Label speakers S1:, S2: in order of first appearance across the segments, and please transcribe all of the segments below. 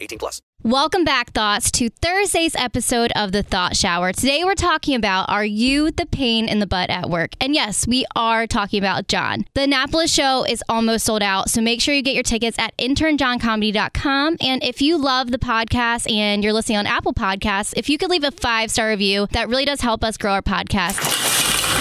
S1: 18 plus.
S2: Welcome back, thoughts, to Thursday's episode of The Thought Shower. Today we're talking about Are You the Pain in the Butt at Work? And yes, we are talking about John. The Annapolis show is almost sold out, so make sure you get your tickets at internjohncomedy.com. And if you love the podcast and you're listening on Apple Podcasts, if you could leave a five star review, that really does help us grow our podcast.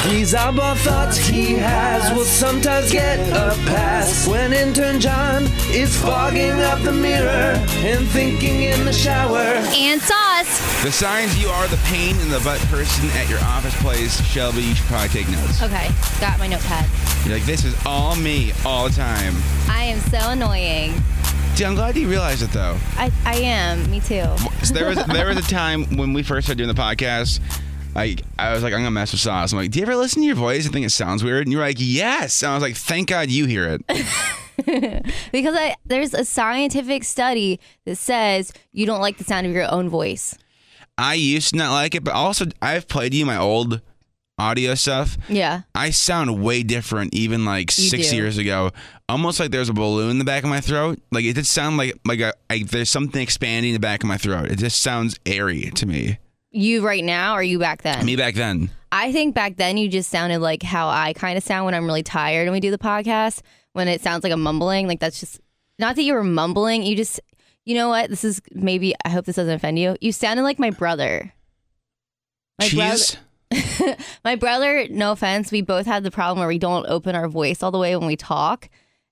S3: These oddball thoughts he has will sometimes get a pass. When intern John is fogging up the mirror and thinking in the shower.
S2: And Sauce.
S4: The signs you are the pain in the butt person at your office place, Shelby, you should probably take notes.
S2: Okay, got my notepad.
S4: You're like, this is all me all the time.
S2: I am so annoying.
S4: See, I'm glad you realized it though.
S2: I, I am. Me too.
S4: 'Cause there was there was a time when we first started doing the podcast, like I was like, I'm gonna mess with sauce. I'm like, do you ever listen to your voice and think it sounds weird? And you were like, yes. And I was like, thank God you hear it.
S5: Because I, there's a scientific study that says you don't like the sound of your own voice.
S4: I used to not like it, but also I've played you my old audio stuff.
S5: Yeah.
S4: I sound way different even like
S5: You
S4: six
S5: do.
S4: years ago. Almost like there's a balloon in the back of my throat. Like it did sound like like, a, like there's something expanding in the back of my throat. It just sounds airy to me.
S5: You right now or you back then?
S4: Me back then.
S5: I think back then you just sounded like how I kind of sound when I'm really tired and we do the podcast, when it sounds like I'm mumbling. Like that's just not that you were mumbling. You just, you know what? This is maybe, I hope this doesn't offend you. You sounded like my brother. My
S4: Cheese.
S5: My brother, no offense, we both had the problem where we don't open our voice all the way when we talk.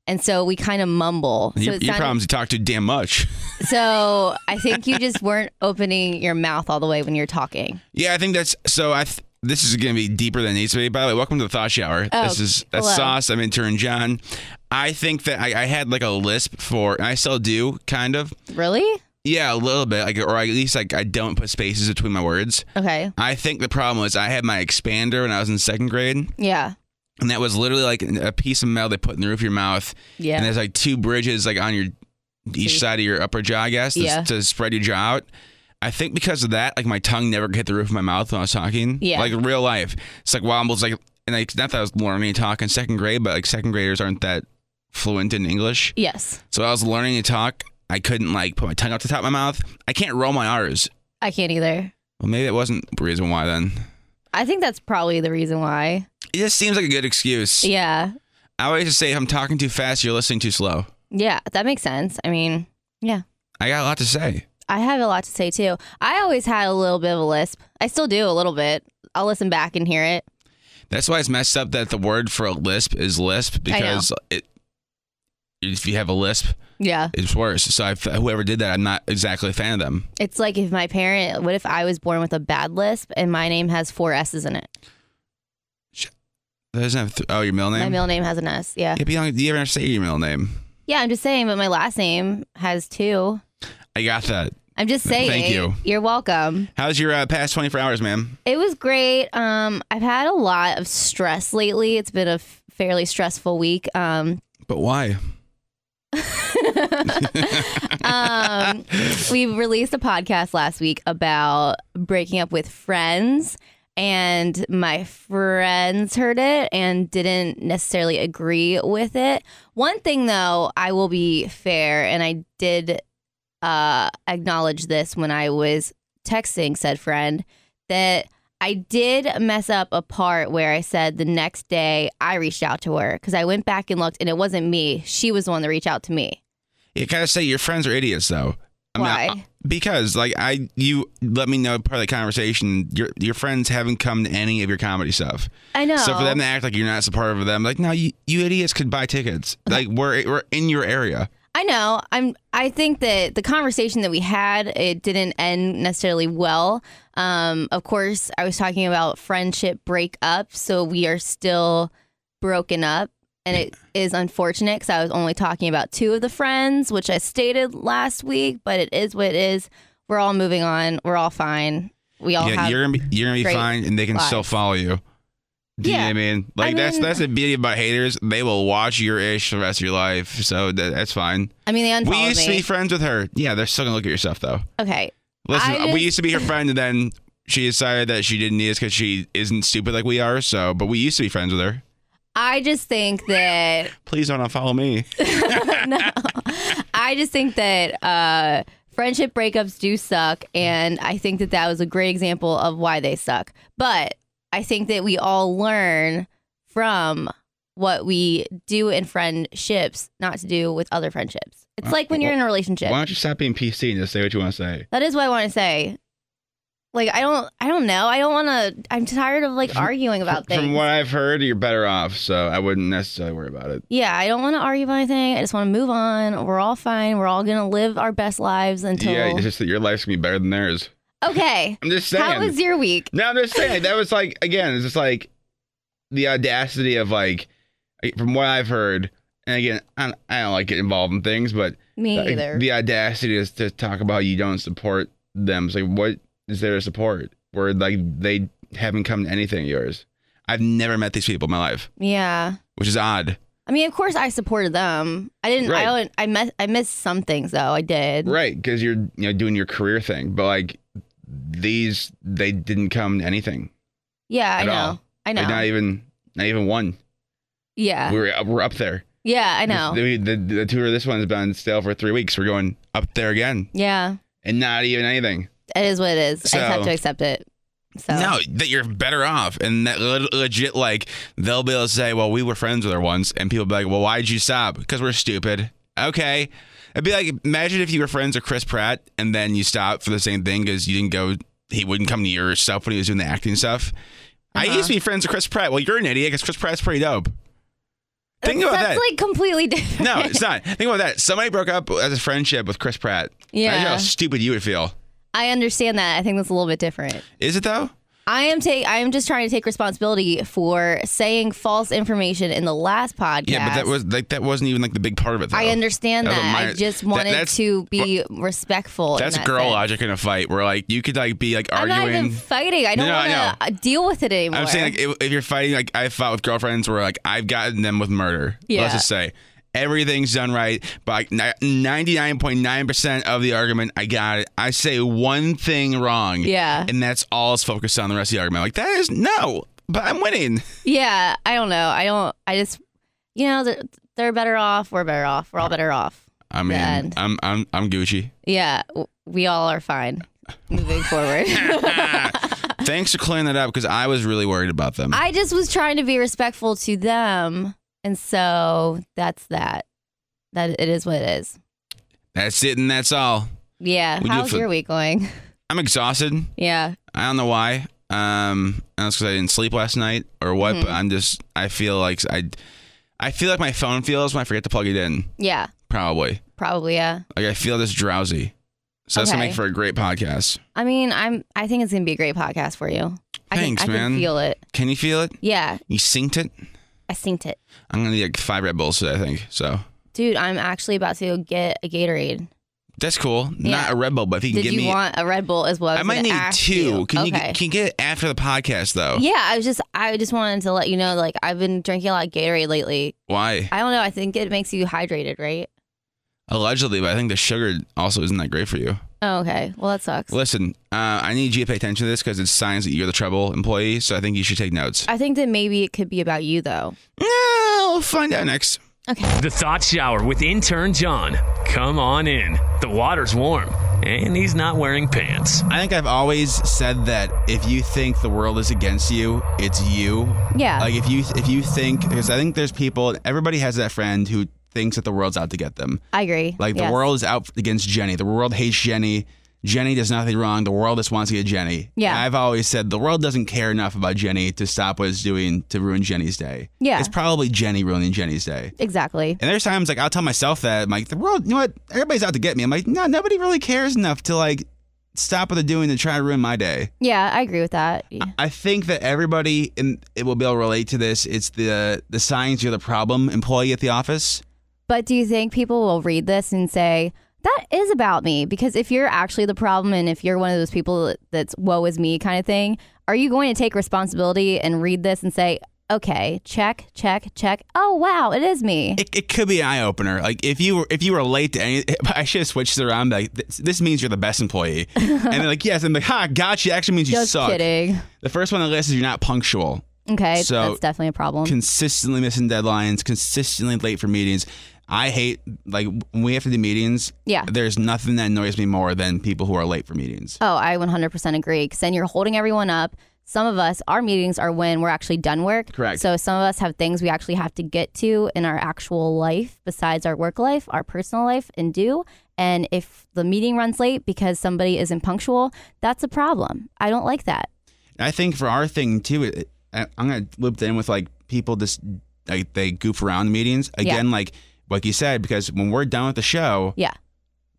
S5: And so we kind of mumble. So
S4: Your,
S5: it
S4: your
S5: sounded-
S4: problems you talk too damn much.
S5: So I think you just weren't opening your mouth all the way when you're talking.
S4: yeah, I think that's so. I th- this is gonna be deeper than it needs to be. By the way, welcome to the thought shower.
S5: Oh,
S4: this is that's
S5: hello.
S4: sauce. I'm intern John. I think that I, I had like a lisp for, and I still do, kind of.
S5: Really?
S4: Yeah, a little bit, like, or at least like I don't put spaces between my words.
S5: Okay.
S4: I think the problem was I had my expander when I was in second grade,
S5: Yeah.
S4: and that was literally like a piece of metal they put in the roof of your mouth.
S5: Yeah.
S4: And there's like two bridges like on your each
S5: Teeth.
S4: side of your upper jaw, I guess, to,
S5: Yeah.
S4: to spread your jaw out. I think because of that, like my tongue never hit the roof of my mouth when I was talking.
S5: Yeah.
S4: Like real life. It's like while I was like, and like, not that I was learning to talk in second grade, but like second graders aren't that fluent in English.
S5: Yes.
S4: So I was learning to talk. I couldn't like put my tongue out the top of my mouth. I can't roll my R's.
S5: I can't either.
S4: Well, maybe that wasn't the reason why then.
S5: I think that's probably the reason why.
S4: It just seems like a good excuse.
S5: Yeah.
S4: I always just say if I'm talking too fast, you're listening too slow.
S5: Yeah. That makes sense. I mean, yeah.
S4: I got a lot to say.
S5: I have a lot to say too. I always had a little bit of a lisp. I still do a little bit. I'll listen back and hear it.
S4: That's why it's messed up that the word for a lisp is lisp
S5: I know.
S4: because it. If you have a lisp,
S5: Yeah.
S4: it's worse. So I, whoever did that, I'm not exactly a fan of them.
S5: It's like if my parent, what if I was born with a bad lisp and my name has four S's in it?
S4: That doesn't have th- oh your middle name.
S5: My middle name has an S. Yeah.
S4: Yeah, but you don't- you ever say your middle name?
S5: Yeah. I'm just saying, but my last name has two.
S4: I got that.
S5: I'm just
S4: Th-
S5: saying.
S4: thank you.
S5: You're welcome.
S4: How's your uh, past 24 hours, ma'am?
S5: It was great. Um, I've had a lot of stress lately. It's been a f- fairly stressful week. Um,
S4: But why?
S5: um, we released a podcast last week about breaking up with friends, and my friends heard it and didn't necessarily agree with it. One thing, though, I will be fair, and I did uh, acknowledge this when I was texting said friend that I did mess up a part where I said the next day I reached out to her because I went back and looked, and it wasn't me. She was the one that reached out to me.
S4: You gotta say your friends are idiots though. I mean,
S5: Why?
S4: I- because like I, you let me know part of the conversation. Your your friends haven't come to any of your comedy stuff.
S5: I know.
S4: So for them to act like you're not supportive of them, like no, you, you idiots could buy tickets. Like we're we're in your area.
S5: I know. I'm. I think that the conversation that we had it didn't end necessarily well. Um, of course, I was talking about friendship breakup, so we are still broken up. and it is unfortunate because I was only talking about two of the friends, which I stated last week. But it is what it is. We're all moving on. We're all fine. We all
S4: Yeah,
S5: have.
S4: you're gonna be, you're gonna be
S5: great
S4: fine, and they can still
S5: lives.
S4: follow you. Do you know
S5: Yeah.
S4: what I mean? Like
S5: I
S4: that's
S5: mean-
S4: that's the beauty about haters. They will watch your ish for the rest of your life, so that, that's fine.
S5: I mean, they
S4: we
S5: unfollowed
S4: used to be
S5: me.
S4: friends with her. Yeah, they're still gonna look at your stuff though.
S5: Okay,
S4: Listen,
S5: I
S4: we
S5: just-
S4: used to be her friend, and then she decided that she didn't need us because she isn't stupid like we are. So, but we used to be friends with her.
S5: I just think that
S4: Please don't unfollow me.
S5: I just think that uh, friendship breakups do suck, and I think that that was a great example of why they suck. But I think that we all learn from what we do in friendships, not to do with other friendships. It's like when you're in a relationship.
S4: Why don't you stop being PC and just say what you want to say?
S5: That is what I want to say. Like I don't, I don't know. I don't want to. I'm tired of like arguing about
S4: From
S5: things.
S4: what I've heard, you're better off, so I wouldn't necessarily worry about it.
S5: Yeah, I don't want to argue about anything. I just want to move on. We're all fine. We're all gonna live our best lives until.
S4: Yeah, it's just that your life's gonna be better than theirs.
S5: okay.
S4: I'm just saying.
S5: How was your week?
S4: No, I'm just saying that was like again, it's just like the audacity of like from what I've heard, and again, I don't, I don't like get involved in things, but
S5: Me
S4: like,
S5: either.
S4: Uh, the audacity is to talk about you don't support them. It's like what is there to support? Where like they haven't come to anything of yours. I've never met these people in my life,
S5: Yeah.
S4: which is odd.
S5: I mean, of course, I supported them. I didn't.
S4: Right.
S5: I don't. I mess. I missed some things though. I did.
S4: Right, because you're you know doing your career thing, but like these they didn't come to anything.
S5: Yeah, I
S4: At
S5: know.
S4: all.
S5: I know.
S4: Like, not even not even one.
S5: yeah.
S4: We're uh, we're up there.
S5: yeah, I know.
S4: The, the, the tour of this one's been stale for three weeks. We're going up there again
S5: yeah,
S4: and not even anything.
S5: it is what it is. I just have
S4: So-
S5: to accept it. So
S4: No, that you're better off. And that le- legit, like, they'll be able to say, well, we were friends with her once. And people be like, well, why'd you stop? Because we're stupid. Okay. It'd be like, imagine if you were friends with Chris Pratt and then you stopped for the same thing because you didn't go, he wouldn't come to your stuff when he was doing the acting stuff. I
S5: Uh-huh.
S4: used to be friends with Chris Pratt. Well, you're an idiot because Chris Pratt's pretty dope. Think about that.
S5: that's like completely different.
S4: No, it's not. Think about that. Somebody broke up as a friendship with Chris Pratt.
S5: Yeah.
S4: Imagine how stupid you would feel.
S5: I understand that. I think that's a little bit different.
S4: Is it though?
S5: I am take. I am just trying to take responsibility for saying false information in the last podcast.
S4: Yeah, but that was like that wasn't even like the big part of it. Though.
S5: I understand
S4: That
S5: that.
S4: was a minor-
S5: I just
S4: that-
S5: wanted
S4: that's-
S5: to be respectful. in
S4: That's
S5: that
S4: girl
S5: sense.
S4: logic in a fight where like you could like be like
S5: I'm
S4: arguing.
S5: not even fighting. I
S4: No,
S5: don't
S4: no, I
S5: want to deal with it anymore.
S4: I'm saying like if, if you're fighting, like I fought with girlfriends where like I've gotten them with murder.
S5: Yeah.
S4: Let's just say everything's done right, but like ninety nine point nine percent of the argument, I got it. I say one thing wrong.
S5: Yeah.
S4: And that's all it's focused on the rest of the argument. Like that is no, but I'm winning.
S5: Yeah, I don't know. I don't. I just, you know, they're, they're better off. We're better off. We're all better off.
S4: I mean,
S5: end.
S4: I'm I'm I'm Gucci.
S5: Yeah, w- we all are fine moving forward.
S4: Thanks for clearing that up because I was really worried about them.
S5: I just was trying to be respectful to them, and so that's that. That it is what it is.
S4: that's it, and that's all.
S5: Yeah.
S4: We do
S5: How's
S4: for-
S5: your week going?
S4: I'm exhausted.
S5: Yeah.
S4: I don't know why. Um, that's because I didn't sleep last night or what. But
S5: Mm-hmm.
S4: I'm just. I feel like I. I feel like my phone feels when I forget to plug it in.
S5: Yeah.
S4: Probably.
S5: Probably. Yeah.
S4: Like I feel just drowsy. So that's gonna
S5: Okay.
S4: make for a great podcast.
S5: I mean, I'm. I think it's gonna be a great podcast for you. I
S4: Thanks,
S5: can, I
S4: man.
S5: can feel it.
S4: Can you feel it?
S5: Yeah,
S4: You synced it.
S5: I synced it,
S4: I'm gonna need like five Red Bulls today. I think so.
S5: dude. I'm actually about to go get a Gatorade.
S4: That's cool. Not
S5: Yeah.
S4: a Red Bull, but if you can
S5: Did
S4: give
S5: you
S4: me,
S5: want a Red Bull as well?
S4: I might need two. Can you
S5: okay.
S4: get- can you get it after the podcast though?
S5: yeah, I was just I just wanted to let you know like I've been drinking a lot of Gatorade lately.
S4: Why?
S5: I don't know. I think it makes you hydrated, right?
S4: Allegedly, but I think the sugar also isn't that great for you.
S5: Oh, okay. Well, that sucks.
S4: Listen, uh, I need you to pay attention to this because it's signs that you're the trouble employee. So I think you should take notes.
S5: I think that maybe it could be about you though.
S4: No, we'll find out next.
S6: The Thought Shower with intern John. Come on in. The water's warm, and he's not wearing pants.
S4: I think I've always said that if you think the world is against you, it's you.
S5: Yeah.
S4: Like if you if you think because I think there's people. Everybody has that friend who thinks that the world's out to get them.
S5: I agree.
S4: Like the
S5: Yes.
S4: world is out against Jenny. The world hates Jenny. Jenny does nothing wrong. The world just wants to get Jenny.
S5: Yeah.
S4: And I've always said the world doesn't care enough about Jenny to stop what it's doing to ruin Jenny's day.
S5: Yeah.
S4: It's probably Jenny ruining Jenny's day.
S5: Exactly.
S4: And there's times like I'll tell myself that I'm like the world, you know what? Everybody's out to get me. I'm like, no, nobody really cares enough to like stop what they're doing to try to ruin my day.
S5: Yeah, I agree with that.
S4: I think that everybody in it will be able to relate to this. It's the the signs you're the problem employee at the office.
S5: But do you think people will read this and say, that is about me? Because if you're actually the problem and if you're one of those people that's woe is me kind of thing, are you going to take responsibility and read this and say, okay, check, check, check. Oh, wow, it is me.
S4: It, it could be an eye opener. Like if you were if you were late to any, I should have switched it around. Like this, this means you're the best employee, and they're like yes, I'm like ha, gotcha. It actually means you
S5: Just
S4: suck.
S5: kidding.
S4: The first one on the list is you're not punctual.
S5: Okay,
S4: So-
S5: that's definitely a problem.
S4: consistently missing deadlines, consistently late for meetings. I hate like when we have to do meetings.
S5: Yeah.
S4: There's nothing that annoys me more than people who are late for meetings.
S5: Oh, I 100% agree. Because then you're holding everyone up. Some of us, our meetings are when we're actually done work.
S4: Correct.
S5: So some of us have things we actually have to get to in our actual life besides our work life, our personal life, and do. And if the meeting runs late because somebody isn't punctual, that's a problem. I don't like that.
S4: I think for our thing too, it, I, I'm gonna loop it in with like people just like they goof around meetings again, like like you said, because when we're done with the show,
S5: Yeah.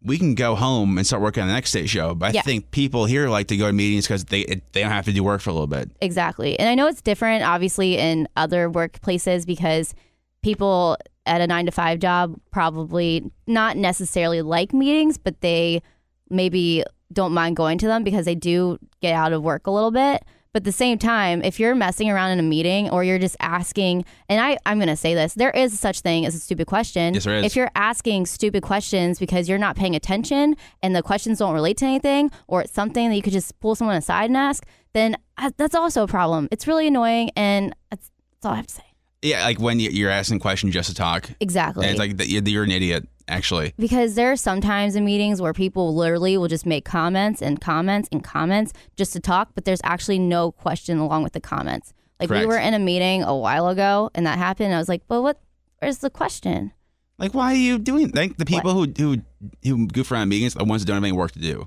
S4: we can go home and start working on the next day's show. But I
S5: Yeah.
S4: think people here like to go to meetings because they it, they don't have to do work for a little bit.
S5: Exactly. And I know it's different, obviously, in other workplaces because people at a nine to five job probably not necessarily like meetings, but they maybe don't mind going to them because they do get out of work a little bit. But at the same time, if you're messing around in a meeting or you're just asking, and I, I'm going to say this, there is such thing as a stupid question.
S4: Yes, there is.
S5: If you're asking stupid questions because you're not paying attention and the questions don't relate to anything or it's something that you could just pull someone aside and ask, then I- that's also a problem. It's really annoying. And that's, that's all I have to say.
S4: Yeah, like when you- you're asking questions just to talk,
S5: Exactly.
S4: and it's like that you're, you're an idiot actually.
S5: because there are sometimes in meetings where people literally will just make comments and comments and comments just to talk, but there's actually no question along with the comments. Like we
S4: Correct.
S5: were in a meeting a while ago and that happened. And I was like, but what? Where's the question?
S4: Like, why are you doing? Like the people who who who goof around meetings are the ones that don't have any work to do.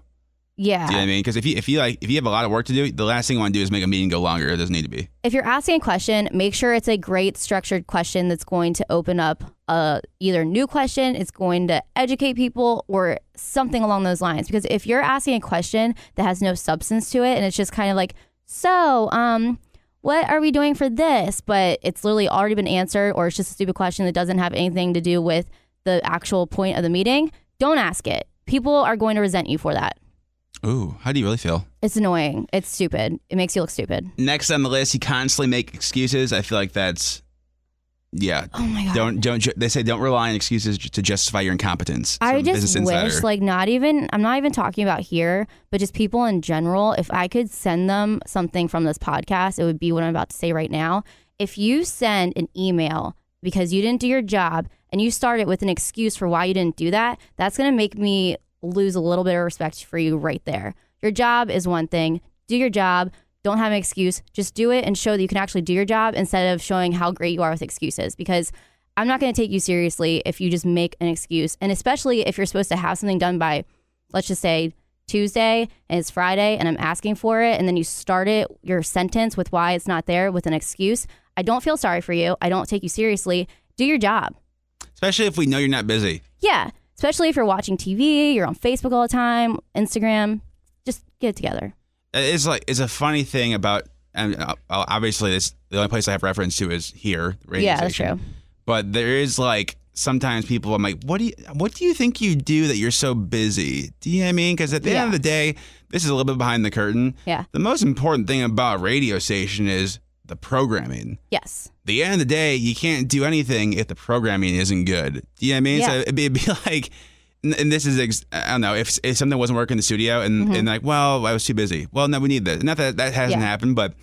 S4: Do
S5: Yeah.
S4: you know what I mean? Because if you if you like if you have a lot of work to do, the last thing you want to do is make a meeting go longer. It doesn't need to be.
S5: if you're asking a question, make sure it's a great structured question that's going to open up a either new question, it's going to educate people or something along those lines. Because if you're asking a question that has no substance to it and it's just kind of like, so, um, what are we doing for this? But it's literally already been answered, or it's just a stupid question that doesn't have anything to do with the actual point of the meeting. Don't ask it. People are going to resent you for that.
S4: Ooh, how do you really feel?
S5: It's annoying. It's stupid. It makes you look stupid.
S4: Next on the list, you constantly make excuses. I feel like that's yeah.
S5: Oh my God.
S4: Don't don't ju- they say don't rely on excuses ju- to justify your incompetence.
S5: I
S4: from Business
S5: just wish,
S4: Insider.
S5: like, not even, I'm not even talking about here, but just people in general. If I could send them something from this podcast, it would be what I'm about to say right now. If you send an email because you didn't do your job and you start it with an excuse for why you didn't do that, that's going to make me lose a little bit of respect for you right there. Your job is one thing, do your job. Don't have an excuse. Just do it and show that you can actually do your job instead of showing how great you are with excuses because I'm not going to take you seriously if you just make an excuse. And especially if you're supposed to have something done by, let's just say, Tuesday and it's Friday and I'm asking for it. And then you start it, your sentence with why it's not there with an excuse. I don't feel sorry for you. I don't take you seriously. Do your job.
S4: especially if we know you're not busy.
S5: Yeah. Especially if you're watching TV, you're on Facebook all the time, Instagram. Just get it together.
S4: Uh, it's like it's a funny thing about and uh, obviously this the only place I have reference to is here. the Radio
S5: Yeah, that's
S4: station.
S5: true.
S4: But there is like sometimes people I'm like, what do you what do you think you do that you're so busy? Do you know what I mean? Because at the end of
S5: Yeah.
S4: the day, this is a little bit behind the curtain.
S5: Yeah.
S4: The most important thing about a radio station is the programming.
S5: Yes.
S4: The end of the day, you can't do anything if the programming isn't good. Do you know what I mean? So
S5: Yeah.
S4: it'd be, it'd be like, and- and this is, ex- I don't know, if, if something wasn't working in the studio and, and like, well, I was too busy. Well, no, we need this. Not that that hasn't
S5: Mm-hmm. Yeah.
S4: happened, but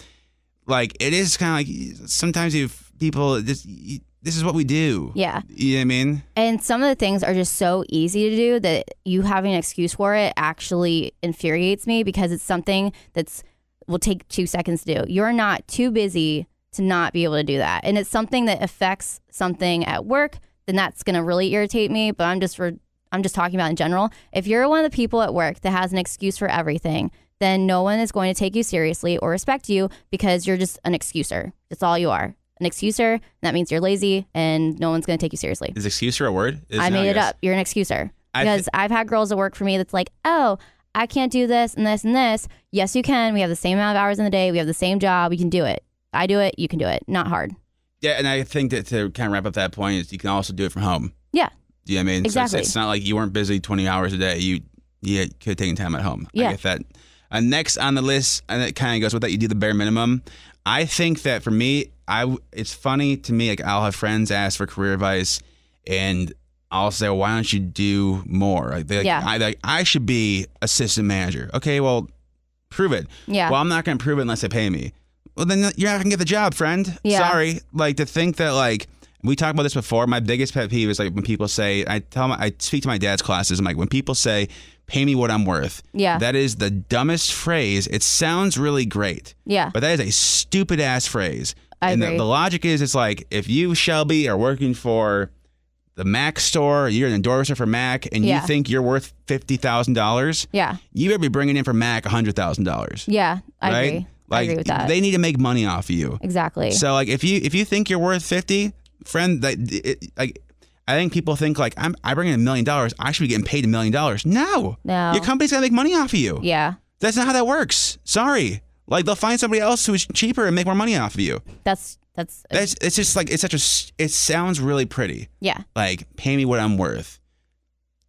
S4: like, it is kind of like sometimes you people just, you, this is what we do.
S5: Yeah.
S4: You know what I mean?
S5: And some of the things are just so easy to do that you having an excuse for it actually infuriates me because it's something that's will take two seconds to do. You're not too busy to not be able to do that. And it's something that affects something at work, then that's gonna really irritate me. But I'm just re- I'm just talking about in general. If you're one of the people at work that has an excuse for everything, then no one is going to take you seriously or respect you because you're just an excuser. That's all you are. An excuser, and that means you're lazy and no one's gonna take you seriously.
S4: Is excuse for a word? Is-
S5: I
S4: no,
S5: made it
S4: guess.
S5: up. You're an excuser.
S4: I thi-
S5: Because I've had girls that work for me that's like, oh, I can't do this and this and this. Yes, you can. We have the same amount of hours in the day. We have the same job. We can do it. I do it. You can do it. Not hard.
S4: Yeah, and I think that to kind of wrap up that point is you can also do it from home.
S5: Yeah.
S4: Do you know what I mean? So it's-
S5: Exactly.
S4: it's, not like you weren't busy 20 hours a day. You you could have taken time at home. I
S5: Yeah.
S4: get that. Uh, next on the list, and it kind of goes with that, you do the bare minimum. I think that for me, I w- it's funny to me, like I'll have friends ask for career advice and I'll say, why don't you do more? Like, they, like,
S5: Yeah.
S4: I, like, I should be assistant manager. Okay, well, prove it.
S5: Yeah.
S4: Well, I'm not going to prove it unless they pay me. Well, then you're not going to get the job, friend.
S5: Yeah.
S4: Sorry. Like to think that like we talked about this before. My biggest pet peeve is like when people say I tell my I speak to my dad's classes. I'm like when people say pay me what I'm worth.
S5: Yeah.
S4: That is the dumbest phrase. It sounds really great.
S5: Yeah.
S4: But that is a stupid ass phrase.
S5: I
S4: and
S5: agree.
S4: The, the logic is it's like if you Shelby are working for the Mac store, you're an endorser for Mac, and
S5: Yeah.
S4: you think you're worth fifty thousand dollars.
S5: Yeah.
S4: You better be bringing in for Mac hundred thousand dollars
S5: Yeah. I
S4: right?
S5: agree.
S4: Like,
S5: I agree with that.
S4: They need to make money off of you.
S5: exactly.
S4: So like if you if you think you're worth fifty, friend, like, it, like I think people think like I'm I bring in a million dollars, I should be getting paid a million dollars. No,
S5: No.
S4: your company's gonna make money off of you.
S5: yeah.
S4: That's not how that works. Sorry. Like they'll find somebody else who's cheaper and make more money off of you.
S5: That's that's
S4: That's it's just like it's such a s- it sounds really pretty.
S5: yeah.
S4: Like pay me what I'm worth.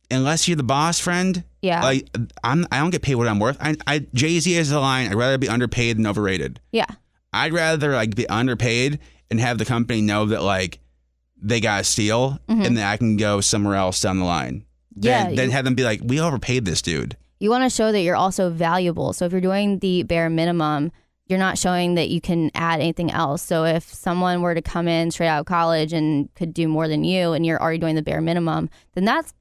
S4: Unless you're the boss, friend.
S5: Yeah.
S4: Like I'm I don't get paid what I'm worth. I, I Jay Z is the line. I'd rather be underpaid than overrated.
S5: Yeah.
S4: I'd rather like be underpaid and have the company know that like they got a steal and that I can go somewhere else down the line.
S5: Mm-hmm. Yeah,
S4: Then, then
S5: you-
S4: have them be like, we overpaid this dude.
S5: You want to show that you're also valuable. So if you're doing the bare minimum, you're not showing that you can add anything else. So if someone were to come in straight out of college and could do more than you and you're already doing the bare minimum, then that's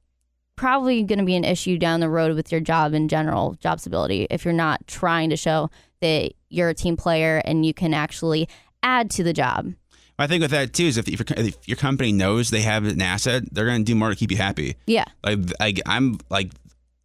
S5: probably going to be an issue down the road with your job in general, job stability, if you're not trying to show that you're a team player and you can actually add to the job.
S4: I think with that too is if, if, your, if your company knows they have an asset, they're gonna do more to keep you happy.
S5: Yeah.
S4: Like like I'm like,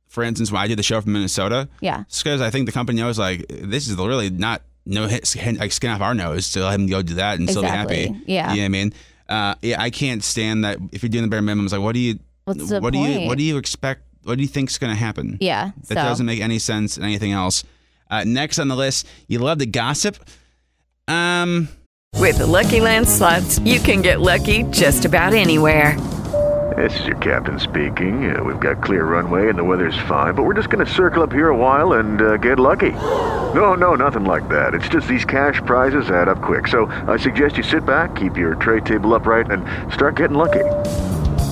S4: for instance, when I did the show from Minnesota,
S5: Yeah.
S4: it's because I think the company knows like this is really not no hit, skin- like skin off our nose to let him go do that and
S5: Exactly.
S4: still be happy.
S5: Yeah.
S4: You know what I mean? Uh, yeah, I can't stand that if you're doing the bare minimum. It's like, what do you
S5: What's the
S4: what do you
S5: point?
S4: what do you expect what do you think's going to happen
S5: Yeah.
S4: that
S5: so
S4: doesn't make any sense in anything else uh, next on the list you love to gossip um
S7: With the Lucky Land slots, you can get lucky just about anywhere.
S8: This is your captain speaking. Uh, we've got clear runway and the weather's fine, but we're just going to circle up here a while and uh, get lucky. No, no, nothing like that. It's just these cash prizes add up quick. So I suggest you sit back, keep your tray table upright, and start getting lucky.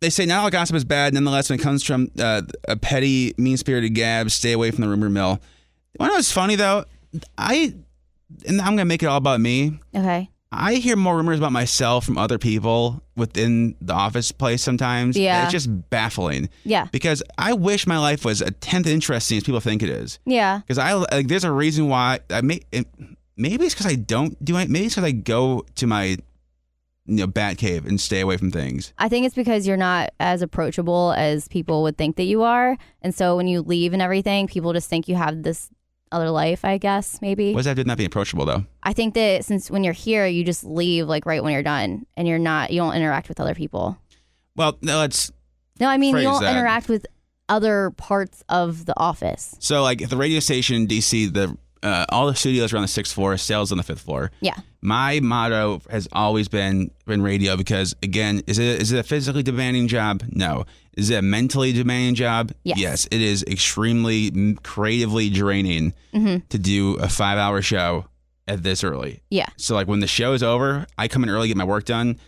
S4: they say not all gossip is bad nonetheless when it comes from uh, a petty mean-spirited gab stay away from the rumor mill when it was funny though i and i'm gonna make it all about me
S5: okay.
S4: I hear more rumors about myself from other people within the office place sometimes. and
S5: Yeah.
S4: It's just baffling.
S5: Yeah.
S4: Because I wish my life was a tenth interesting as people think it is.
S5: Yeah.
S4: Because I like, there's a reason why I may it, maybe it's because I don't do it. Maybe it's because I go to my you know bat cave and stay away from things.
S5: I think it's because you're not as approachable as people would think that you are. And so when you leave and everything, people just think you have this other life, I guess, maybe.
S4: What does that do with not being approachable though?
S5: I think that since when you're here, you just leave like right when you're done and you're not, you don't interact with other people.
S4: Well, no, let's
S5: No, I mean,
S4: Phrase
S5: you don't
S4: that.
S5: interact with other parts of the office.
S4: so like at the radio station in DC, the uh, all the studios are on the sixth floor, sales on the fifth floor.
S5: Yeah.
S4: my motto has always been been radio because again is it is it a physically demanding job no is it a mentally demanding job
S5: Yes.
S4: it is extremely m- creatively draining to do a five hour show at this early
S5: Mm-hmm. Yeah.
S4: so like when the show is over i come in early get my work done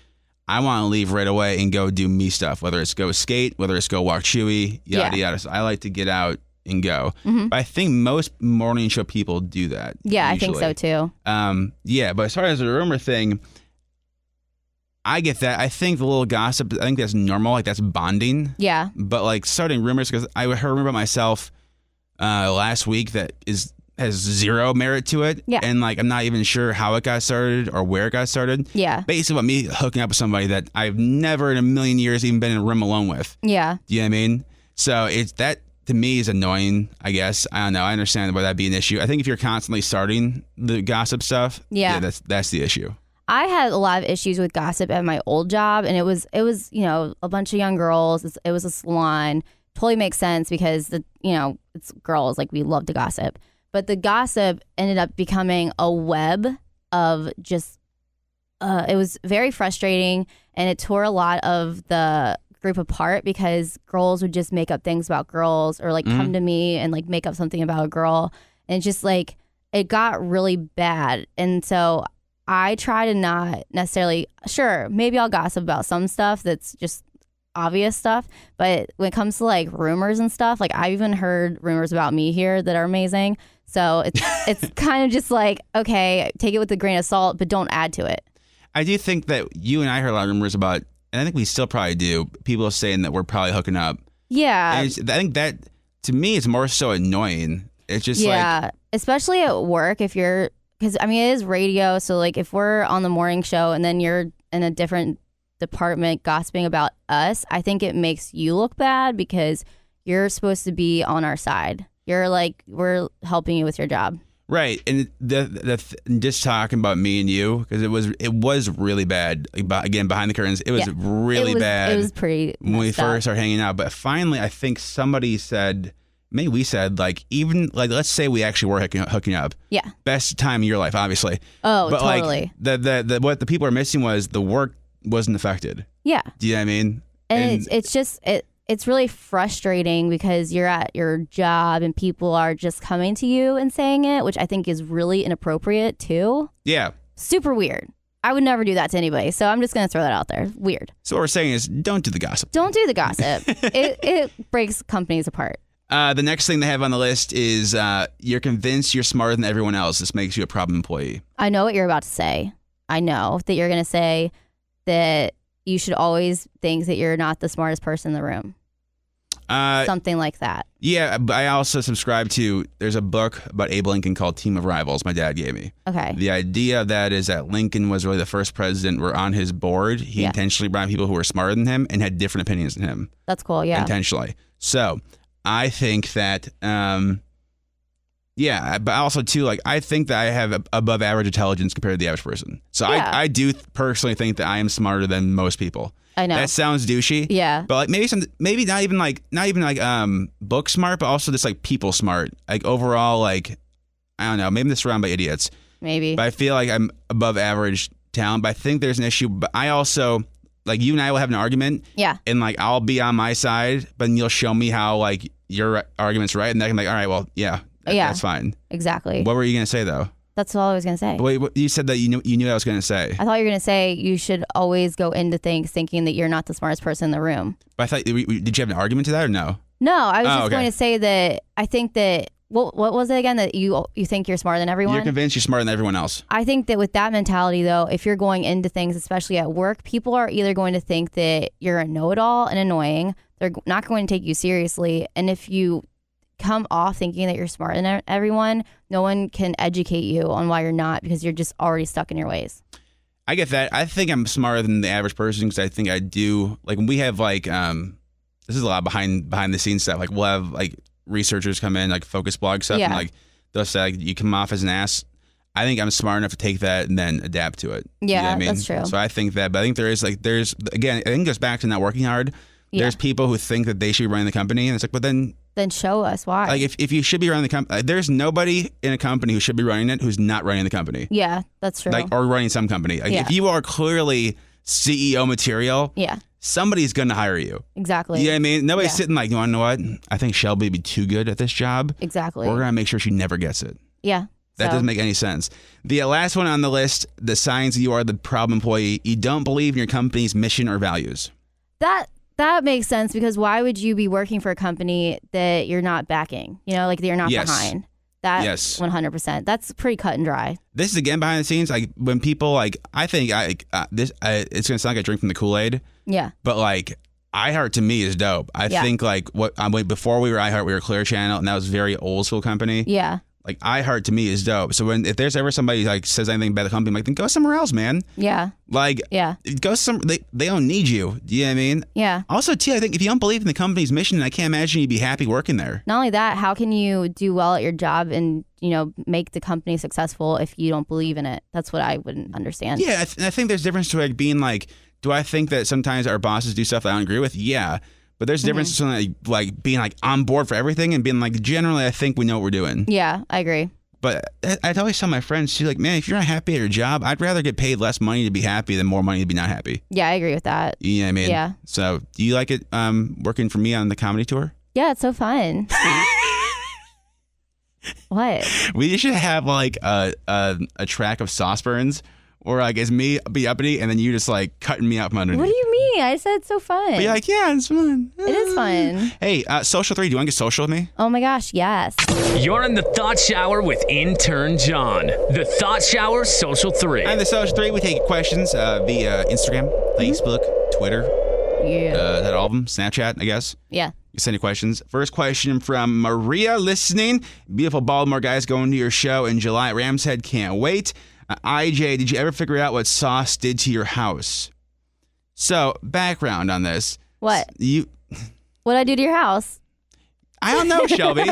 S4: i want to leave right away and go do me stuff whether it's go skate whether it's go walk chewy yada
S5: Yeah. Mm-hmm.
S4: yada so i like to get out and go. But I think most morning show people do that.
S5: Yeah, I
S4: usually.
S5: think so too.
S4: Um, yeah, but as far as the rumor thing, I get that. I think the little gossip, I think that's normal. Like that's bonding.
S5: Yeah.
S4: But like starting rumors, because I heard a rumor about myself uh, last week that is has zero merit to it.
S5: Yeah.
S4: And like I'm not even sure how it got started or where it got started.
S5: Yeah.
S4: Basically, about me hooking up with somebody that I've never in a million years even been in a room alone with.
S5: Yeah.
S4: Do you know what I mean? So it's that to me is annoying. I guess I don't know. I understand why that'd be an issue. I think if you're constantly starting the gossip stuff,
S5: Yeah.
S4: that's that's the issue.
S5: I had a lot of issues with gossip at my old job, and it was it was you know a bunch of young girls. It's- It was a salon. Totally makes sense because the you know it's girls like we love to gossip, but the gossip ended up becoming a web of just. Uh, it was very frustrating, and it tore a lot of the group apart because girls would just make up things about girls, or like come to me and like make up something about a girl, and it's just like it got really bad, and so I try to not necessarily, sure, maybe I'll gossip about some stuff that's just obvious stuff. But when it comes to like rumors and stuff, like I've even heard rumors about me here that are amazing. So it's, it's kind of just like, okay, take it with a grain of salt, but don't add to it.
S4: I do think that you and I heard a lot of rumors about, and I think we still probably do. People saying that we're probably hooking up.
S5: Yeah.
S4: And it's- I think that to me it's more so annoying. It's just
S5: yeah.
S4: like
S5: Especially at work, if you're, because I mean, it is radio. So like if we're on the morning show and then you're in a different department gossiping about us, I think it makes you look bad because you're supposed to be on our side. You're like, we're helping you with your job.
S4: Right, and the the th- just talking about me and you because it was it was really bad. Like, bu- again, behind the curtains, it was
S5: Yeah.
S4: really
S5: it was,
S4: bad.
S5: It was pretty.
S4: when we
S5: messed up.
S4: first started hanging out. But finally, I think somebody said, maybe we said, like, even like, let's say we actually were hooking, hooking up.
S5: Yeah.
S4: Best time of your life, obviously.
S5: Oh,
S4: but
S5: totally.
S4: like, the, the the what the people are missing was the work wasn't affected.
S5: Yeah.
S4: Do you know what I mean?
S5: and, it's, it's just it it's really frustrating because you're at your job and people are just coming to you and saying it which i think is really inappropriate too
S4: yeah.
S5: super weird i would never do that to anybody so i'm just going to throw that out there weird
S4: So what we're saying is, don't do the gossip.
S5: don't do the gossip it, it breaks companies apart
S4: Uh, the next thing they have on the list is uh, you're convinced you're smarter than everyone else. This makes you a problem employee.
S5: i know what you're about to say i know that you're going to say that you should always think that you're not the smartest person in the room
S4: Uh,
S5: something like that
S4: yeah, but I also subscribe to. There's a book about Abe Lincoln called Team of Rivals. My dad gave me.
S5: okay
S4: The idea of that is that Lincoln was really the first president where on his board he
S5: Yeah.
S4: intentionally brought people who were smarter than him and had different opinions than him
S5: that's cool yeah
S4: intentionally. So I think that, um, yeah, but also too, like I think that I have ab- above average intelligence compared to the average person. So
S5: Yeah.
S4: I, I do th- personally think that I am smarter than most people.
S5: i know
S4: That sounds douchey.
S5: Yeah.
S4: But like maybe some, maybe not even like not even like um book smart, but also just like people smart. Like overall, like I don't know, maybe I'm surrounded by idiots
S5: maybe
S4: but I feel like I'm above average talent. But I think there's an issue. But I also like you and I will have an argument,
S5: yeah
S4: and like I'll be on my side, but then you'll show me how like your argument's right, and then I'm like, all right, well, yeah, that-
S5: Yeah.
S4: that's fine.
S5: exactly
S4: What were you gonna say though?
S5: That's all I was gonna say.
S4: Wait, what, you said that you knew you knew what I was gonna say,
S5: I thought you were gonna say you should always go into things thinking that you're not the smartest person in the room.
S4: but I thought we- we- did you have an argument to that or no?
S5: No, I was
S4: Oh,
S5: just
S4: okay.
S5: going to say that I think that what what was it again that you you think you're smarter than everyone.
S4: You're convinced you're smarter than everyone else.
S5: I think that with that mentality though, if you're going into things, especially at work, people are either going to think that you're a know-it-all and annoying. They're g- not going to take you seriously, and if you come off thinking that you're smarter than e- everyone, no one can educate you on why you're not because you're just already stuck in your ways.
S4: I get that. I think I'm smarter than the average person because I think I do. Like when we have like um, this is a lot of behind behind the scenes stuff. Like we'll have like researchers come in, like focus blog stuff, and
S5: Yeah.
S4: like they'll say like you come off as an ass. I think I'm smart enough to take that and then adapt to it. You know
S5: Yeah,
S4: what I mean?
S5: that's true.
S4: So I think that, but I think there is like there's again, I think it goes back to not working hard.
S5: Yeah.
S4: There's people who think that they should be running the company, and it's like, but then
S5: Then show us why.
S4: like if, if you should be running the company, like, there's nobody in a company who should be running it who's not running the company
S5: yeah, that's true.
S4: like or running some company. Like
S5: Yeah.
S4: if you are clearly CEO material,
S5: Yeah,
S4: somebody's gonna hire you.
S5: exactly.
S4: you know what I mean? Nobody's
S5: yeah.
S4: sitting like, you wanna know what? I think Shelby would be too good at this job.
S5: Exactly.
S4: We're gonna make sure she never gets it.
S5: yeah.
S4: That
S5: so,
S4: doesn't make any sense. The last one on the list, the signs you are the problem employee, you don't believe in your company's mission or values.
S5: that That makes sense because why would you be working for a company that you're not backing? You know, like that you're not
S4: Yes.
S5: behind. That
S4: Yes.
S5: 100%. That's pretty cut and dry.
S4: This is again behind the scenes. Like when people like, I think I uh, this I, it's gonna sound like I drink from the Kool Aid,
S5: Yeah.
S4: but like iHeart to me is dope. I
S5: Yeah.
S4: think like what I mean, before we were iHeart, we were Clear Channel, and that was a very old school company.
S5: Yeah.
S4: Like iHeart to me is dope. So when if there's ever somebody like says anything about the company, I'm like then go somewhere else, man.
S5: Yeah.
S4: Like
S5: Yeah.
S4: go some they they don't need you. Do you know what I mean?
S5: Yeah.
S4: Also, too, I think if you don't believe in the company's mission, I can't imagine you'd be happy working there.
S5: Not only that, how can you do well at your job and, you know, make the company successful if you don't believe in it? That's what I wouldn't understand.
S4: Yeah, I, th- I think there's a difference to like being like, do I think that sometimes our bosses do stuff that I don't agree with? Yeah, but
S5: Mm-hmm.
S4: there's a difference between like, like being like on board for everything and being like generally I think we know what we're doing.
S5: Yeah, I agree.
S4: But I- I'd always tell my friends too, like, man, if you're not happy at your job, I'd rather get paid less money to be happy than more money to be not happy.
S5: Yeah, I agree with that.
S4: You know what I mean?
S5: Yeah.
S4: So, do you like it um, working for me on the comedy tour?
S5: Yeah, it's so fun. what?
S4: We should have like a a, a track of sauce burns, or like it's me be uppity, and then you just like cutting me out from underneath.
S5: What do you mean? I said it's so fun.
S4: But you're like, yeah, it's fun.
S5: it is fun.
S4: Hey, uh, social three. Do you want to get social with me?
S5: Oh my gosh, yes.
S6: You're in the Thought Shower with Intern John. The Thought Shower Social 3.
S4: And the social three, we take questions uh, via Instagram,
S5: Mm-hmm.
S4: Facebook, Twitter.
S5: Yeah.
S4: Uh, is that all of them? Snapchat, I guess.
S5: yeah.
S4: You send your questions. First question from Maria listening. Beautiful Baltimore guys going to your show in July at Ram's Head. Can't wait. Uh, IJ, did you ever figure out what sauce did to your house? So, background on this.
S5: What?
S4: You
S5: What'd I do to your house?
S4: I don't know, Shelby.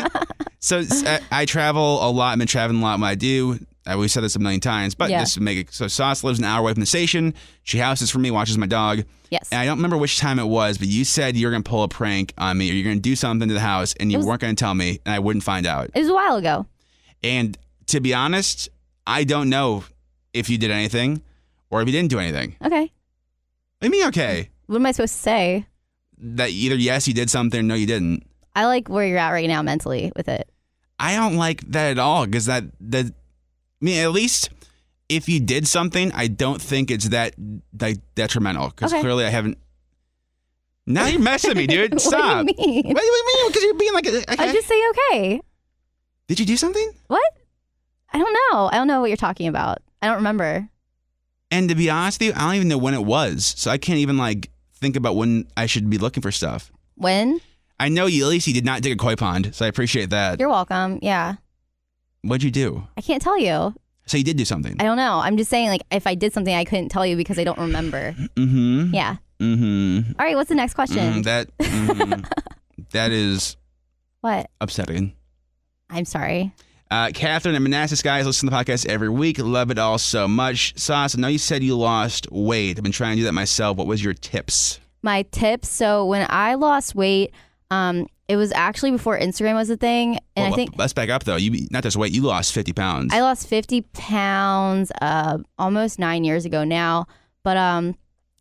S4: so s- I, I travel a lot. I've been traveling a lot when I do. Uh, we've said this a million times, but
S5: Yeah.
S4: just to make it so Sauce lives an hour away from the station. She houses for me, watches my dog.
S5: Yes.
S4: And I don't remember which time it was, but you said you were going to pull a prank on me or you're going to do something to the house and you weren't going to tell me and I wouldn't find out.
S5: It was a while ago.
S4: And to be honest, I don't know if you did anything or if you didn't do anything.
S5: Okay.
S4: I mean, okay.
S5: What am I supposed to say?
S4: That either yes, you did something or no, you didn't.
S5: I like where you're at right now mentally with it.
S4: I don't like that at all because that that I mean at least if you did something, I don't think it's that like detrimental because
S5: Okay.
S4: clearly I haven't. Now you're messing with me, dude. Stop.
S5: What do you mean?
S4: What do you mean? Because you're being like, okay.
S5: I just say okay.
S4: did you do something?
S5: What? I don't know. I don't know what you're talking about. I don't remember.
S4: And to be honest with you, I don't even know when it was, so I can't even like think about when I should be looking for stuff.
S5: When?
S4: I know you at least you did not dig a koi pond, so I appreciate that.
S5: You're welcome. Yeah.
S4: What'd you do?
S5: I can't tell you.
S4: So you did do something.
S5: I don't know. I'm just saying, like, if I did something, I couldn't tell you because I don't remember.
S4: Mm-hmm.
S5: Yeah.
S4: Mm-hmm.
S5: All right. What's the next question?
S4: Mm, that mhm. that is
S5: what?
S4: upsetting.
S5: I'm sorry.
S4: Uh, Catherine and Manassas guys listen to the podcast every week. Love it all so much. Sauce, I know you said you lost weight. I've been trying to do that myself. What was your tips?
S5: My tips. So when I lost weight, um, it was actually before Instagram was a thing, and
S4: Well,
S5: I think
S4: let's back up though. You not just weight. You lost fifty pounds.
S5: I lost 50 pounds uh, almost nine years ago now. But um,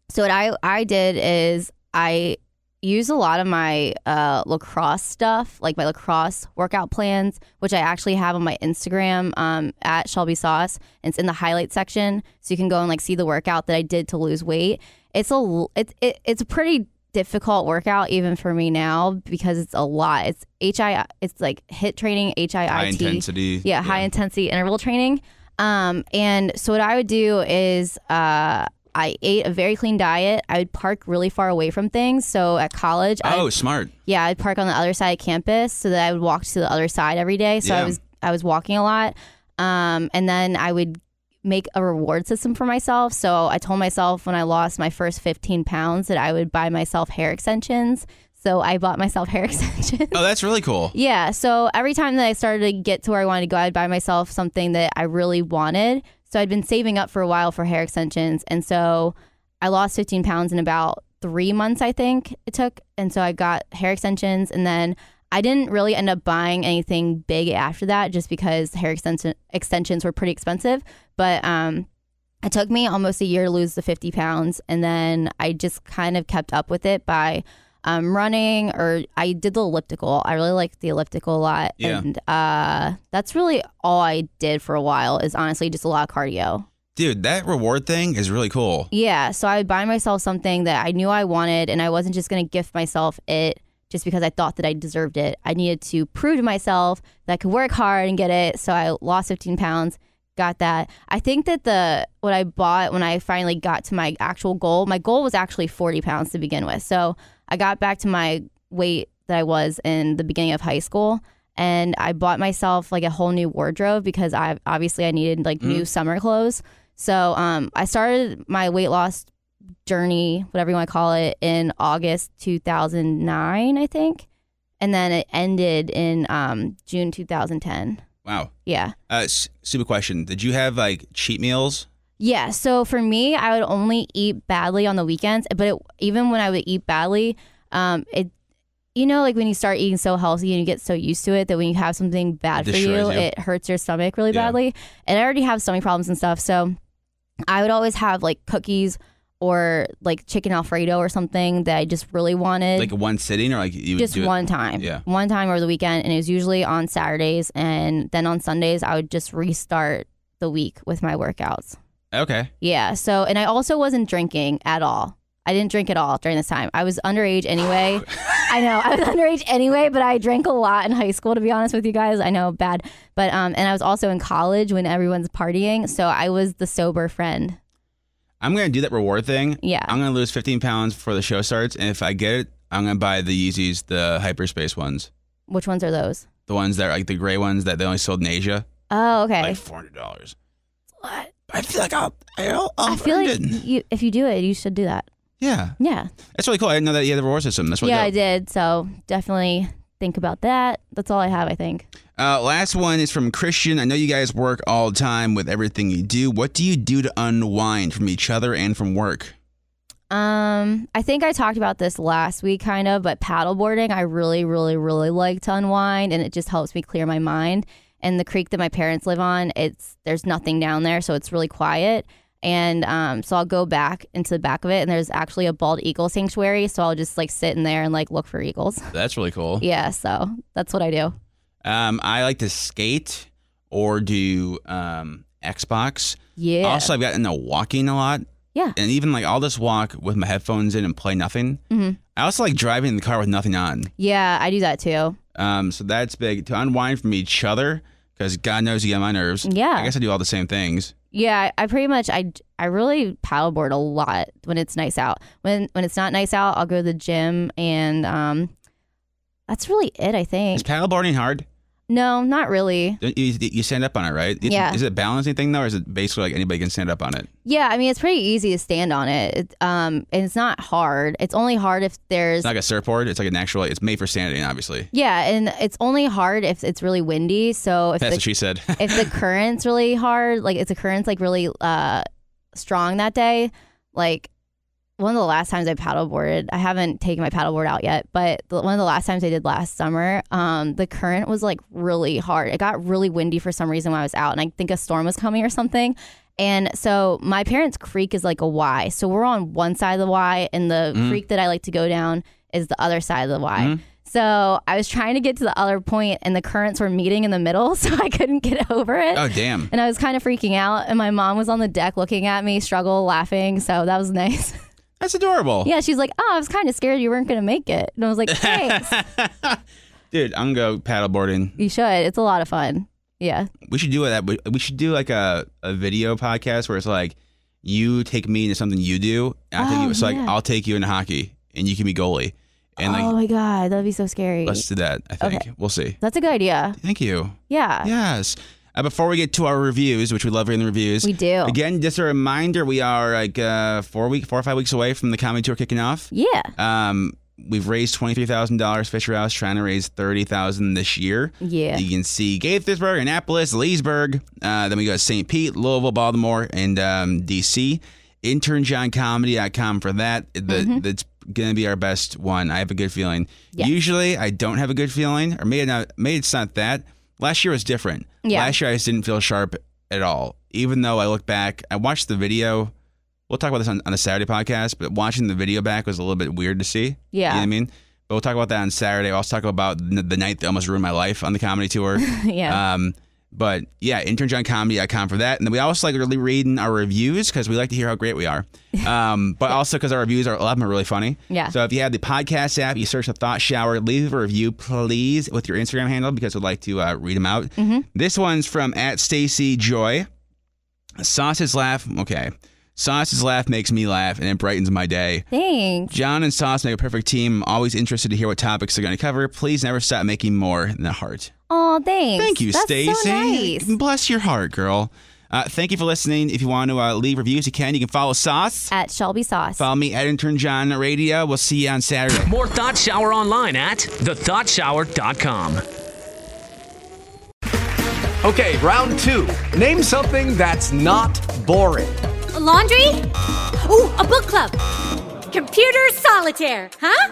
S5: so what I I did is I use a lot of my uh, lacrosse stuff, like my lacrosse workout plans, which I actually have on my Instagram um, at Shelby Sauce. And it's in the highlight section, so you can go and like see the workout that I did to lose weight. It's a l- it's it, it's a pretty difficult workout even for me now because it's a lot. It's H I it's like hit training, H I
S4: high
S5: I T.
S4: intensity.
S5: Yeah, high intensity interval training. Um, and so what I would do is uh, I ate a very clean diet. I would park really far away from things. So at college,
S4: Oh,
S5: I'd,
S4: smart.
S5: yeah, I'd park on the other side of campus so that I would walk to the other side every day. So
S4: Yeah.
S5: I was I was walking a lot, um, and then I would make a reward system for myself. So I told myself when I lost my first 15 pounds that I would buy myself hair extensions. So I bought myself hair extensions.
S4: Oh, that's really cool.
S5: Yeah. So every time that I started to get to where I wanted to go, I'd buy myself something that I really wanted. So I'd been saving up for a while for hair extensions. And so I lost 15 pounds in about three months, I think it took. And so I got hair extensions. And then I didn't really end up buying anything big after that just because hair extension, extensions were pretty expensive. But um, it took me almost a year to lose the 50 pounds. And then I just kind of kept up with it by um, running or I did the elliptical. I really liked the elliptical a lot.
S4: Yeah.
S5: And uh, that's really all I did for a while is honestly just a lot of cardio.
S4: Dude, that reward thing is really cool.
S5: Yeah, so I would buy myself something that I knew I wanted, and I wasn't just going to gift myself it just because I thought that I deserved it. I needed to prove to myself that I could work hard and get it. So I lost 15 pounds, got that. I think that the what I bought when I finally got to my actual goal, my goal was actually 40 pounds to begin with. So I got back to my weight that I was in the beginning of high school. And I bought myself like a whole new wardrobe because I obviously I needed like new summer clothes. So um, I started my weight loss journey, whatever you want to call it, in August 2009, I think. And then it ended in um, June 2010.
S4: Wow.
S5: Yeah.
S4: Uh, s- super question. Did you have like cheat meals?
S5: Yeah. So for me, I would only eat badly on the weekends, but it, even when I would eat badly, um, it, you know, like when you start eating so healthy and you get so used to it that when you have something bad
S4: It
S5: for you,
S4: destroys you.
S5: it hurts your stomach really
S4: Yeah.
S5: badly. And I already have stomach problems and stuff. So I would always have like cookies or like chicken Alfredo or something that I just really wanted
S4: Like one sitting or like you would
S5: just
S4: do it-
S5: one time.
S4: Yeah.
S5: One time over the weekend, and it was usually on Saturdays, and then on Sundays I would just restart the week with my workouts.
S4: Okay.
S5: Yeah. So, and I also wasn't drinking at all. I didn't drink at all during this time. I was underage anyway. I know I was underage anyway, but I drank a lot in high school. To be honest with you guys, I know bad, but um, and I was also in college when everyone's partying, so I was the sober friend.
S4: I'm gonna do that reward thing.
S5: Yeah.
S4: I'm gonna lose 15 pounds before the show starts, and if I get it, I'm gonna buy the Yeezys, the hyperspace ones,
S5: Which ones are those?
S4: the ones that are like the gray ones that they only sold in Asia,
S5: Oh, okay.
S4: like 400. dollars I feel like I'll. I'll, I'll
S5: I feel like
S4: earn it.
S5: you, if you do it, you should do that.
S4: Yeah,
S5: Yeah.
S4: that's really cool. I didn't know that you had the reward system. That's really
S5: yeah,
S4: dope.
S5: I did. So definitely think about that. That's all I have, I think.
S4: Uh, last one is from Christian. I know you guys work all the time with everything you do. What do you do to unwind from each other and from work?
S5: Um, I think I talked about this last week, kind of, but paddleboarding, I really, really, really like to unwind, and it just helps me clear my mind. And the creek that my parents live on, it's there's nothing down there, so it's really quiet. And um, so I'll go back into the back of it, and there's actually a bald eagle sanctuary, so I'll just like sit in there and like look for eagles.
S4: That's really cool.
S5: Yeah, so that's what I do.
S4: Um, I like to skate or do um, Xbox.
S5: Yeah.
S4: Also, I've gotten into walking a lot.
S5: Yeah.
S4: And even like I'll just walk with my headphones in and play nothing.
S5: Mhm.
S4: I also like driving in the car with nothing on.
S5: Yeah, I do that too.
S4: Um, so that's big to unwind from each other because God knows you get on my nerves.
S5: Yeah.
S4: I guess I do all the same things.
S5: Yeah, I I pretty much I I really paddleboard a lot when it's nice out. When when it's not nice out, I'll go to the gym and um that's really it, I
S4: Is
S5: think.
S4: paddleboarding hard?
S5: No, not really.
S4: You, you stand up on it, right? It-
S5: Yeah.
S4: Is it a balancing thing though, or is it basically like anybody can stand up on it?
S5: Yeah, I mean it's pretty easy to stand on it. it um and it's not hard. It's only hard if there's
S4: It's not like a surfboard. It's like an actual. It's made for standing, obviously.
S5: Yeah, and it's only hard if it's really windy. So if
S4: That's
S5: the,
S4: what she said.
S5: if the current's really hard, like if the current's like really uh strong that day, like one of the last times I paddleboarded, I haven't taken my paddleboard out yet, but the, one of the last times I did last summer, um, the current was like really hard. It got really windy for some reason when I was out, and I think a storm was coming or something. And so my parents' creek is like a Y, so we're on one side of the Y, and the creek that I like to go down is the other side of the Y. So I was trying to get to the other point, and the currents were meeting in the middle, so I couldn't get over it.
S4: oh damn!
S5: And I was kind of freaking out, and my mom was on the deck looking at me, struggle, laughing. So that was nice.
S4: That's adorable.
S5: yeah, she's like, "Oh, I was kind of scared you weren't gonna make it," and I was like, "Thanks,
S4: Dude, I'm gonna go paddleboarding.
S5: you should. It's a lot of fun." Yeah,
S4: We should do that. We we should do like a, a video podcast where it's like you take me into something you do. And I take
S5: Oh,
S4: you. It's like
S5: yeah.
S4: I'll take you into hockey, and you can be goalie. And like
S5: oh my god, that'd be so scary.
S4: let's do that. I think we'll see.
S5: That's a good idea.
S4: Thank you.
S5: Yeah,
S4: Yes. Uh, before we get to our reviews, which we love reading the reviews,
S5: we do.
S4: Again, just a reminder: we are like uh, four week, four or five weeks away from the comedy tour kicking off.
S5: Yeah,
S4: Um, we've raised twenty three thousand dollars. Fisher House trying to raise thirty thousand this year.
S5: yeah,
S4: You can see Gaithersburg, Annapolis, Leesburg. Uh, then we go to St. Pete, Louisville, Baltimore, and um, DC. InternJohnComedy.com for that. The, That's gonna be our best one. I have a good feeling.
S5: Mm-hmm. Yeah.
S4: Usually, I don't have a good feeling, or maybe not. Maybe it's not that. Last year was different.
S5: Yeah.
S4: Last year I just didn't feel sharp at all. Even though I look back, I watched the video. We'll talk about this on, on the Saturday podcast, but watching the video back was a little bit weird to see. You know what
S5: yeah,
S4: I mean? But we'll talk about that on Saturday. We'll also talk about n- the night that almost ruined my life on the comedy tour.
S5: yeah.
S4: Um, But yeah, internjohncomedy.com for that. And then we also like really reading our reviews because we like to hear how great we are. Um, but also because our reviews are a lot of them are really funny.
S5: Yeah.
S4: So if you have the podcast app, you search the Thought Shower, leave a review, please, with your Instagram handle because we'd like to uh, read them out. This one's from at Stacy Joy. Sauce's laugh. Okay. Sauce's laugh makes me laugh and it brightens my day.
S5: Thanks.
S4: John and Sauce make a perfect team. I'm always interested to hear what topics they're going to cover. Please never stop making more than a heart.
S5: Oh, thanks.
S4: Thank you,
S5: That's
S4: Stacy.
S5: So nice.
S4: Bless your heart, girl. Uh, thank you for listening. If you want to uh, leave reviews, you can. You can follow Sauce.
S5: At Shelby Sauce.
S4: Follow me at Intern John Radio. We'll see you on Saturday.
S6: More Thought Shower online at thethoughtshower.com.
S3: Okay, round two. Name something that's not boring.
S9: laundry? Ooh, a book club. Computer solitaire, huh?